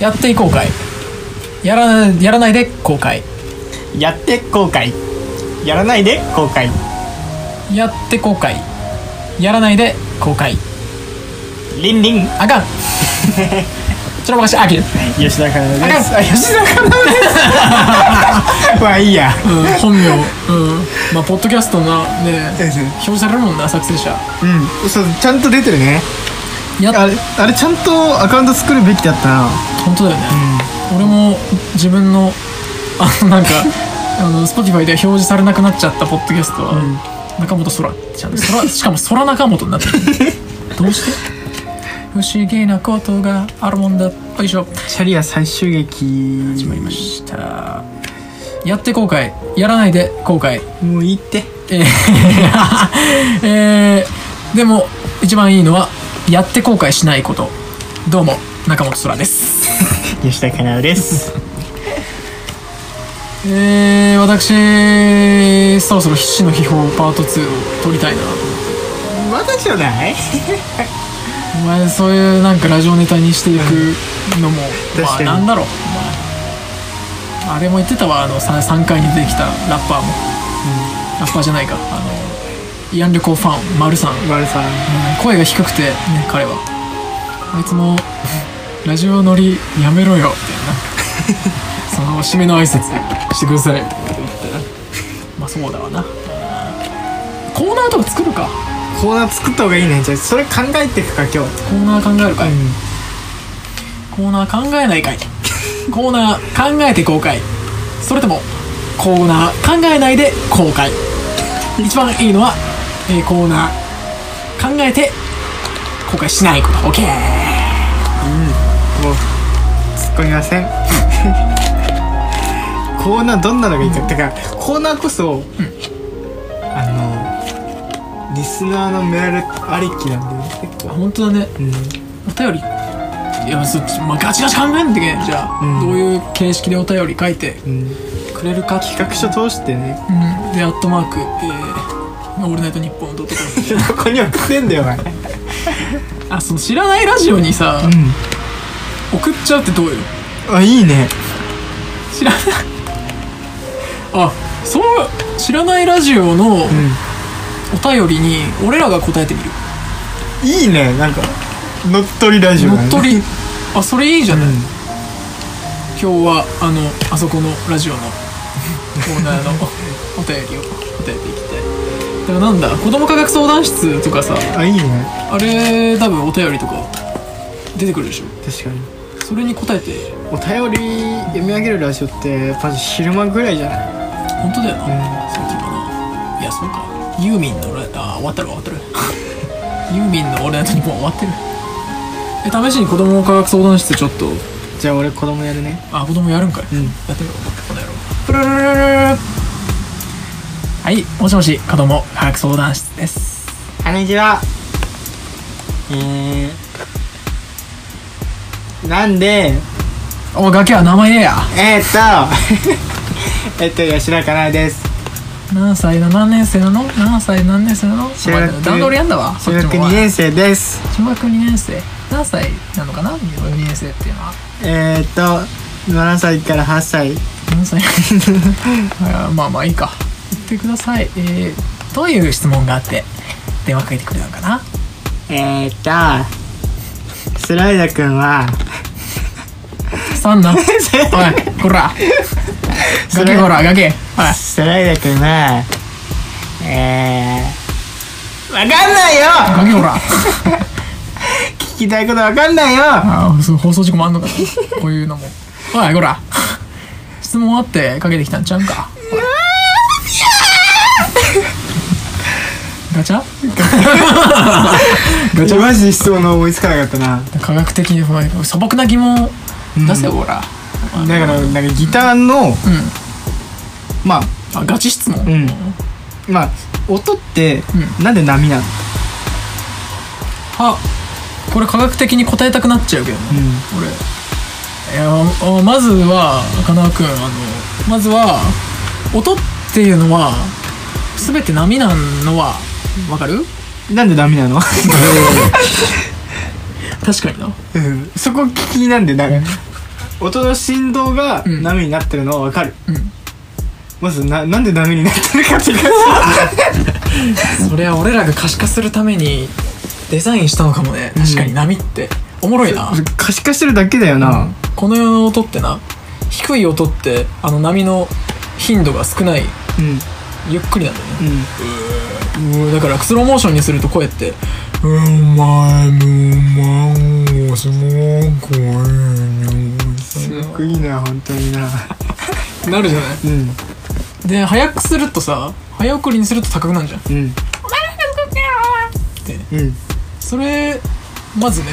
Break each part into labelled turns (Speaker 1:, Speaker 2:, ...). Speaker 1: やっていこうかいやらやらないで後悔
Speaker 2: やって後悔やらないで後悔
Speaker 1: やって後悔やらないで後悔
Speaker 2: リンリン
Speaker 1: あかんちょっと任せあき る、
Speaker 2: 吉田かな
Speaker 1: あ
Speaker 2: で
Speaker 1: かん
Speaker 2: すあ吉田かなですまあいいや
Speaker 1: うん、本名うんまあポッドキャストなね表示されるもんな作成者
Speaker 2: うんそうちゃんと出てるね
Speaker 1: やっ
Speaker 2: あれあれちゃんとアカウント作るべきだったな
Speaker 1: 本当だよね、俺も自分のあの なんかあの Spotify では表示されなくなっちゃったポッドキャストは、中本空ちゃん空しかも空中本になって るどうして不思議なことがあるもんだよいしょ
Speaker 2: チャリア最終劇始
Speaker 1: まいりましたやって後悔やらないで後悔
Speaker 2: もういいって
Speaker 1: えー えーでも一番いいのはやって後悔しないことどうも中本空です
Speaker 2: 吉田かなです
Speaker 1: えー、私そろそろ必死の秘宝パート2を撮りたいな
Speaker 2: まだじゃない
Speaker 1: お前そういうなんかラジオネタにしていくのも、
Speaker 2: うん
Speaker 1: ま
Speaker 2: 確
Speaker 1: あ
Speaker 2: かに
Speaker 1: なんだろう、まあ、あれも言ってたわあの 3, 3回に出てきたラッパーも、ラッパーじゃないかあのイアン・旅行ファン丸さん、うん
Speaker 2: マルさん
Speaker 1: 声が低くて、ね、彼はあいつもラジオ乗りやめろよみたい なその締めの挨拶してくださいまあそうだわなコーナーとか作るか
Speaker 2: コーナー作った方がいいねじゃあそれ考えていくか今日
Speaker 1: コーナー考えるかい、
Speaker 2: ん
Speaker 1: コーナー考えないかいコーナー考えて後悔それともコーナー考えないで後悔一番いいのは、えーコーナー考えて後悔しないこと OK
Speaker 2: もう突っ込みません コーナーどんなのがいいかってかコーナーこそ、あのリスナーのメールありきなんでね結構、
Speaker 1: 本当だね
Speaker 2: うん、
Speaker 1: お便りいやそっち、まあ、ガチガチ考えんといけないじゃあ、
Speaker 2: うん
Speaker 1: どういう形式でお便り書いて
Speaker 2: うん、
Speaker 1: くれるか企
Speaker 2: 企画書通してね
Speaker 1: うん、でアットマーク、えー、オールナイトニッポンドットコム
Speaker 2: どこに送ってんだよお前うん
Speaker 1: あその知らないラジオにさ、送っちゃうってどうよ
Speaker 2: あいいね
Speaker 1: 知ら ないあそう知らないラジオのお
Speaker 2: う
Speaker 1: 便りに俺らが答えてみる
Speaker 2: んいいねなんか乗っ取りラジオだ
Speaker 1: 乗
Speaker 2: ね
Speaker 1: っ取りあそれいいじゃ
Speaker 2: う
Speaker 1: ない、
Speaker 2: ん
Speaker 1: 今日はあのあそこのラジオのコー ナーのお便りを答えていきたいだからなんだ子供科学相談室とかさ
Speaker 2: あいいね
Speaker 1: あれ多分お便りとか出てくるでしょ
Speaker 2: 確かに
Speaker 1: それに答えて
Speaker 2: お便り読み上げるラジオってまず昼間ぐらいじゃない
Speaker 1: 本当だよな、
Speaker 2: う
Speaker 1: そうかないやそうかユーミンのラあ終わったる終わったる ユーミンの「オールナイトニッポン」終わってるえ試しに子供科学相談室ちょっと
Speaker 2: んじゃあ俺子供やるね
Speaker 1: あ子供やるんかい、
Speaker 2: うん
Speaker 1: やってみようこの野郎プルルルルルルはいもしもし子供科学相談室です
Speaker 2: こんにちは。えー、なんで、
Speaker 1: おガキは名前言えや
Speaker 2: えー、っと、え っと、吉田かなえです。
Speaker 1: 何歳の何年生なの何歳何年生なの
Speaker 2: 中学
Speaker 1: お前段取りやんだわ
Speaker 2: 中
Speaker 1: そっ
Speaker 2: 学
Speaker 1: ちも
Speaker 2: 2年生です。
Speaker 1: 小学2年生何歳なのかな2年生っていうのは
Speaker 2: えー、っと、7歳から8歳。
Speaker 1: 何 歳あまあまあいいか言ってください、えー、どういう質問があって電話かけてくれたのかな
Speaker 2: えー、っと、スライダ君は、
Speaker 1: そん なおいこら
Speaker 2: そ
Speaker 1: ガ
Speaker 2: れ
Speaker 1: キこらガキおい
Speaker 2: スライダ君は、えー、わかんないよ
Speaker 1: ガキこら
Speaker 2: 聞きたいことわかんないよ
Speaker 1: ああそう放送事故もあんのかなこういうのもおいこら質問あってかけてきたんちゃうんかおいガチャガチャ
Speaker 2: マジで質問の思いつかなかったな。
Speaker 1: 科学的におい素朴な疑問を出せよ、ほら
Speaker 2: だから、なんかギターの、
Speaker 1: うん
Speaker 2: まあ、
Speaker 1: あガチ質問、
Speaker 2: うんまあ音ってなんで波なの、
Speaker 1: あこれ科学的に答えたくなっちゃうけどね、俺いやああまずはかなわくんあのまずは音っていうのは全て波なのはわかる
Speaker 2: なんで波なの
Speaker 1: 確かにな
Speaker 2: うんそこ聞きなんでだから音の振動が
Speaker 1: ん
Speaker 2: 波になってるのは分かる、
Speaker 1: うん
Speaker 2: まずななんで波になってるかっていうか
Speaker 1: それは俺らが可視化するためにデザインしたのかもね確かに波って、おもろいな、
Speaker 2: 可視化してるだけだよな、
Speaker 1: この世の音ってな低い音ってあの波の頻度が少ない
Speaker 2: うんうん
Speaker 1: ゆっくりなんだよねうんだからスローモーションにすると声って「うまいのまんをすごくいい
Speaker 2: すごくいいな本当にな
Speaker 1: なるじゃない
Speaker 2: うん
Speaker 1: で早くするとさ早送りにすると高くなんじゃんっ
Speaker 2: うん
Speaker 1: て
Speaker 2: うん
Speaker 1: それまずね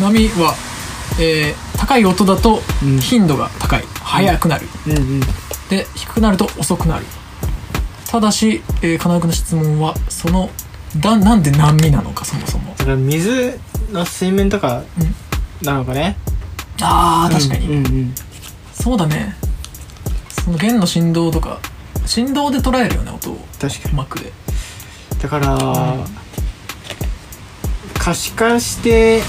Speaker 1: 波は、えー高い音だと
Speaker 2: うん
Speaker 1: 頻度が高い、速くなる
Speaker 2: うんうん
Speaker 1: で低くなると遅くなるただし、えー、金井君の質問はそのだなんで波なのかそもそも
Speaker 2: だから水の水面とか
Speaker 1: うん
Speaker 2: なのかね
Speaker 1: あー確かに、
Speaker 2: うんうん
Speaker 1: そうだねその弦の振動とか振動で捉えるよね音を
Speaker 2: 確か
Speaker 1: マックで
Speaker 2: にだから、可視化して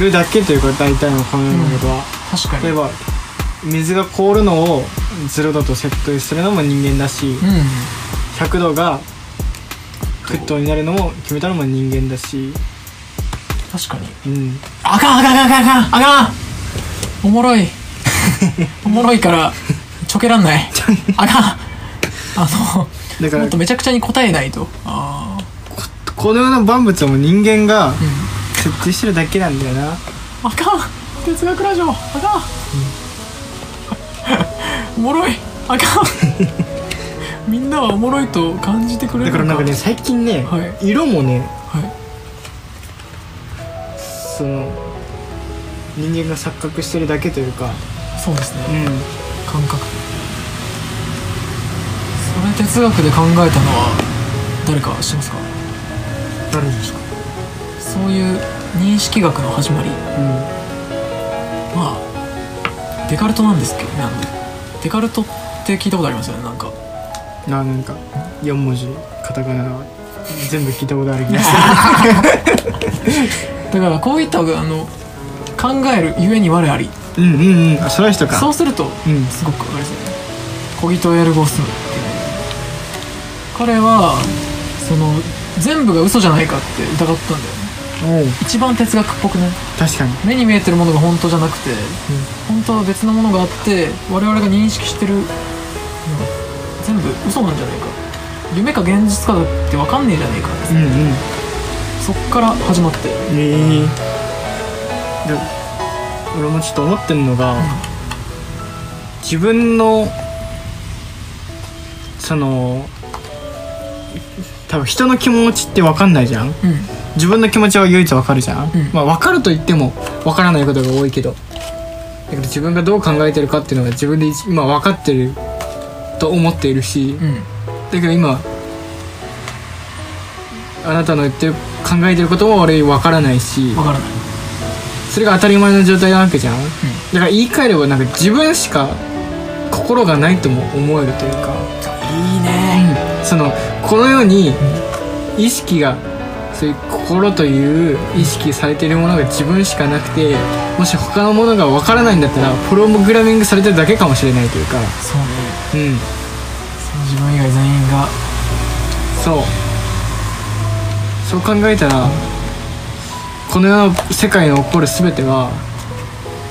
Speaker 2: るだけというか大体のこのようなことは、
Speaker 1: 確かに
Speaker 2: 例えば水が凍るのを0度と設定するのも人間だし
Speaker 1: うん
Speaker 2: 100度が沸騰になるのも決めたのも人間だし
Speaker 1: 確かに
Speaker 2: うん
Speaker 1: あかんあかんあかんあかんあかんおもろいおもろいからちょけらんないあかんあ
Speaker 2: だか
Speaker 1: のも
Speaker 2: ら
Speaker 1: っとめちゃくちゃに答えないとあ
Speaker 2: この世の万物はもう人間が設定してるだけなんだよ
Speaker 1: ー
Speaker 2: な
Speaker 1: あかん哲学ラジオあかん おもろいあかんみんなはおもろいと感じてくれるの
Speaker 2: だからなんかね最近ね、
Speaker 1: は
Speaker 2: 色もね
Speaker 1: はい
Speaker 2: その人間が錯覚してるだけというか
Speaker 1: そうですね
Speaker 2: ん
Speaker 1: 感覚それ哲学で考えたのは誰か知ってますか
Speaker 2: 誰ですか
Speaker 1: そういう認識学の始まりまあデカルトなんですけどねあのデカルトって聞いたことありますよねなんか
Speaker 2: うんななんか4文字カタカナは全部聞いたことある気がす
Speaker 1: だからこういったあの考えるゆえに我あり
Speaker 2: るうんうんうんあその人か
Speaker 1: そうすると
Speaker 2: うん
Speaker 1: すごくわかりますよねコギトエルゴスムっていう彼はその全部が嘘じゃないかって疑ったんだよね
Speaker 2: おう
Speaker 1: 一番哲学っぽくね
Speaker 2: 確かに
Speaker 1: 目に見えてるものが本当じゃなくて、本当は別のものがあって我々が認識してるのが全部嘘なんじゃないか夢か現実かだって分かんねえじゃねえかって
Speaker 2: うんうん
Speaker 1: そっから始まって
Speaker 2: ええで俺もちょっと思ってんのが、自分のその多分人の気持ちって分かんないじゃん
Speaker 1: うん
Speaker 2: 自分の気持ちは唯一分かるじゃん、
Speaker 1: ん
Speaker 2: まあ分かると言っても分からないことが多いけどだから自分がどう考えてるかっていうのが自分で一今分かってると思っているし、
Speaker 1: うん
Speaker 2: だけど今あなたの言ってる考えてることも俺分からないし
Speaker 1: 分からない
Speaker 2: それが当たり前の状態なわけじゃん、だから言い換えればなんか自分しか心がないとも思えるというか、
Speaker 1: いいね
Speaker 2: そのこの世に意識がそういう心という意識されているものが自分しかなくてもし他のものがわからないんだったらプログラミングされてるだけかもしれないというか
Speaker 1: そうね
Speaker 2: うん
Speaker 1: その自分以外全員が
Speaker 2: そうそう考えたらこの世の世界の起こる全ては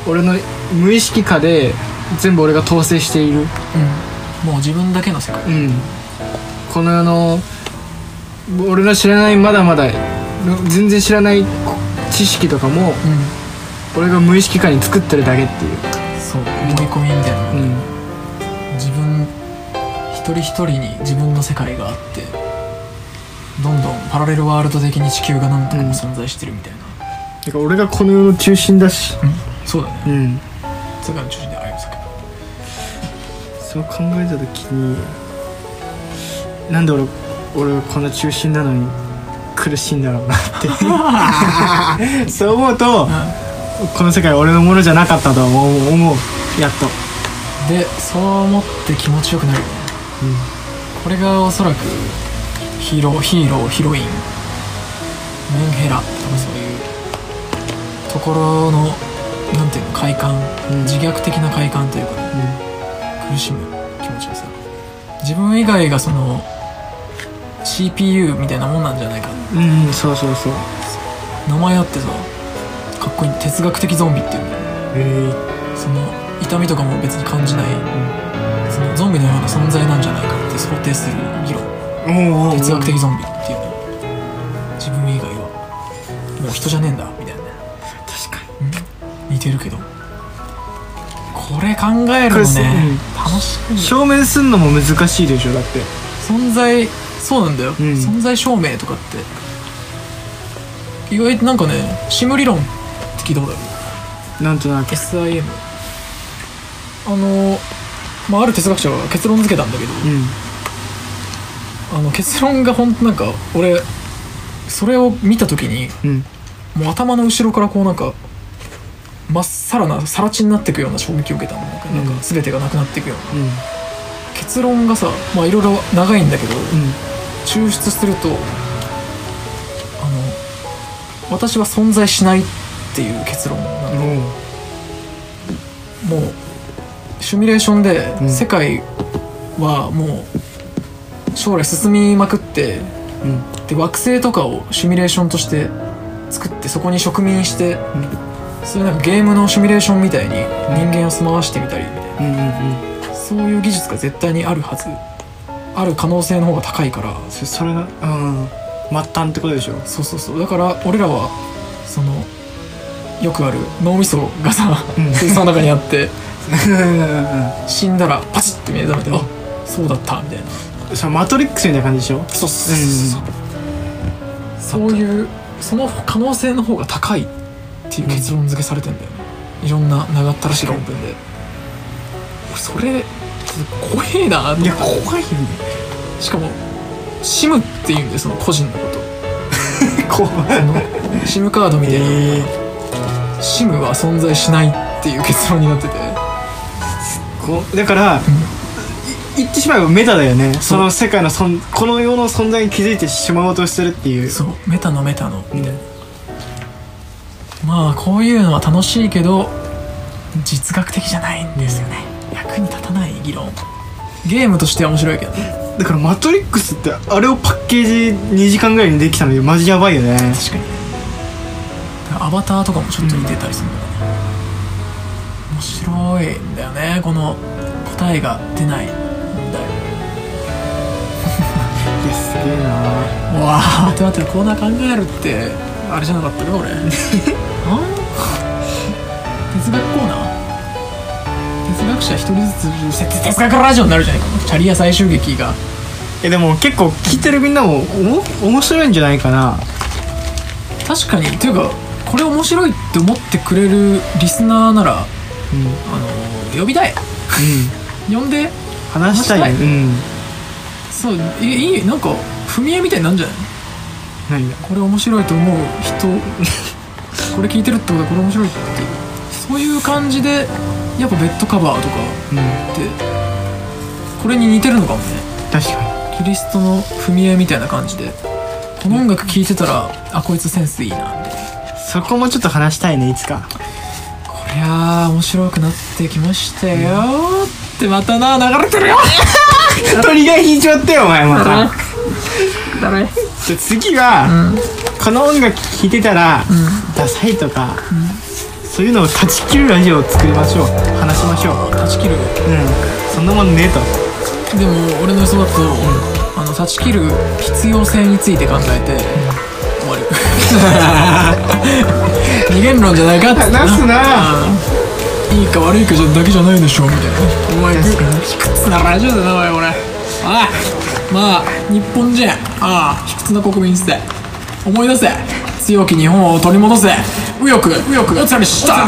Speaker 2: 俺の無意識下で全部俺が統制している
Speaker 1: うんもう自分だけの世界
Speaker 2: うん、この世の俺の知らないまだまだ全然知らない知識とかも
Speaker 1: うん
Speaker 2: 俺が無意識下に作ってるだけっていう、
Speaker 1: そう思い込みみたいな
Speaker 2: うん、
Speaker 1: 自分一人一人に自分の世界があってどんどんパラレルワールド的に地球が何とかも存在してるみたいな、
Speaker 2: だから俺がこの世の中心だし、
Speaker 1: そうだね
Speaker 2: うん、
Speaker 1: 世界の中心で愛を叫ぶ
Speaker 2: そう考えた時になんで俺俺はこんな中心なのに苦しいんだろうなって そう思うとこの世界は俺のものじゃなかったとは思う思うやっと
Speaker 1: でそう思って気持ちよくなるよね、これがおそらくヒーローヒーローヒロインメンヘラとかそういうところのなんていうの快感、
Speaker 2: うん
Speaker 1: 自虐的な快感というか、苦しむ気持ちがさ自分以外がその CPU みたいなもんなんじゃないか
Speaker 2: うん、うん、そうそうそう
Speaker 1: 名前あってさかっこいい哲学的ゾンビっていうんだよ
Speaker 2: え
Speaker 1: その痛みとかも別に感じない、そのゾンビのような存在なんじゃないかって想定する議論
Speaker 2: えー、おうおうおう
Speaker 1: 哲学的ゾンビっていうの自分以外はもう人じゃねえんだみたいなね
Speaker 2: 確か
Speaker 1: 似てるけどこれ考え
Speaker 2: こ
Speaker 1: る
Speaker 2: れ
Speaker 1: の
Speaker 2: す
Speaker 1: ね楽しい
Speaker 2: に証明すんのも難しいでしょだって
Speaker 1: 存在そうなんだよ、
Speaker 2: うん
Speaker 1: 存在証明とかって意外となんかねシム理論って聞いたことある
Speaker 2: なんとなく
Speaker 1: SIM あの、まあ、ある哲学者が結論付けたんだけど、
Speaker 2: うん
Speaker 1: あの結論が本当なんか俺それを見た時に
Speaker 2: うん
Speaker 1: もう頭の後ろからこうなんかまっさらなさら地になっていくような衝撃を受けたのなんか、なん
Speaker 2: うん
Speaker 1: か全てがなくなっていくような
Speaker 2: うん
Speaker 1: 結論がさまあいろいろ長いんだけど、
Speaker 2: うん
Speaker 1: 抽出するとあの私は存在しないっていう結論なの、
Speaker 2: おう
Speaker 1: もうシミュレーションで
Speaker 2: うん
Speaker 1: 世界はもう将来進みまくって
Speaker 2: うん
Speaker 1: で惑星とかをシミュレーションとして作ってそこに植民して、そういうなんかゲームのシミュレーションみたいに人間を住まわしてみたりみたいな
Speaker 2: うんうんうん
Speaker 1: そういう技術が絶対にあるはずある可能性の方が高いから
Speaker 2: そそれがうん末端ってことでしょ
Speaker 1: そうそうそうだから俺らはそのよくある脳みそがさ
Speaker 2: うん
Speaker 1: 水槽の中にあって
Speaker 2: う
Speaker 1: 死んだらパチッて目覚めてあそうだったみたいなん
Speaker 2: それマトリックスみたいな感じでしょ
Speaker 1: そうそうそうそうそういうその可能性の方が高いっていう結論付けされてんだよね、いろんな長ったらしい論文で俺それ怖えなと
Speaker 2: い
Speaker 1: 思
Speaker 2: や
Speaker 1: って
Speaker 2: 怖いよね
Speaker 1: しかもシムっていうんでその個人のこと
Speaker 2: 怖い
Speaker 1: あの SIM カードみたいなの
Speaker 2: え
Speaker 1: が SIM は存在しないっていう結論になってて
Speaker 2: こだから、い言ってしまえばメタだよね
Speaker 1: そう
Speaker 2: その世界の存この世の存在に気づいてしまおうとしてるっていう
Speaker 1: そうメタのメタの
Speaker 2: みたい
Speaker 1: まあこういうのは楽しいけど実学的じゃないんですよね役に立たない議論ゲームとしては面白いけどね
Speaker 2: だから「マトリックス」ってあれをパッケージ2時間ぐらいにできたのにマジやばいよね
Speaker 1: 確かにねだからアバターとかもちょっと似てたりするんだよね、面白いんだよねこの答えが出ないんだよ
Speaker 2: いやすげえな
Speaker 1: わあ待って待ってコーナー考えるってあれじゃなかったの 俺あん哲学コーナー哲学者一人ずつ哲哲学ラジオになるじゃないかチャリア最終劇が
Speaker 2: えでも結構聞いてるみんなもお面白いんじゃないかな
Speaker 1: 確かにっていうかこれ面白いって思ってくれるリスナーなら
Speaker 2: うん、うん、
Speaker 1: あの呼びたい呼んで
Speaker 2: 話したいね
Speaker 1: 話し
Speaker 2: うん
Speaker 1: そういいいなんか踏み絵みたいになるんじゃない
Speaker 2: 何が
Speaker 1: これ面白いと思う人これ聞いてるってことはこれ面白いってそういう感じでやっぱベッドカバーとか
Speaker 2: うん
Speaker 1: ってこれに似てるのかもね
Speaker 2: 確か
Speaker 1: キリストの踏み絵みたいな感じでこの音楽聴いてたらあこいつセンスいいなみたいな
Speaker 2: にそこもちょっと話したいねいつか
Speaker 1: こりゃあ面白くなってきましたよーってまたな流れてるよ
Speaker 2: 鳥が引いちゃったよお前また
Speaker 1: ダメ
Speaker 2: じゃあ次は、この音楽聴いてたら、ダサいとか、そういうのを断ち切るラジオを作りましょう話しましょう
Speaker 1: 断ち切る
Speaker 2: うんそんなもんねえと
Speaker 1: でも俺の予想だと、あの断ち切る必要性について考えて、終わる 二元論じゃないかって
Speaker 2: 話すな
Speaker 1: うんいいか悪いかじゃだけじゃないでしょみたいなお前
Speaker 2: 確かに
Speaker 1: 卑屈なラジオだなおい俺あいまあ日本人ああ卑屈な国民っすね思い出せ強き日本を取り戻せ右翼右翼お疲れっした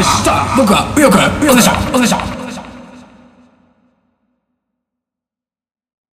Speaker 1: 僕は右翼お疲れっしたお疲れっした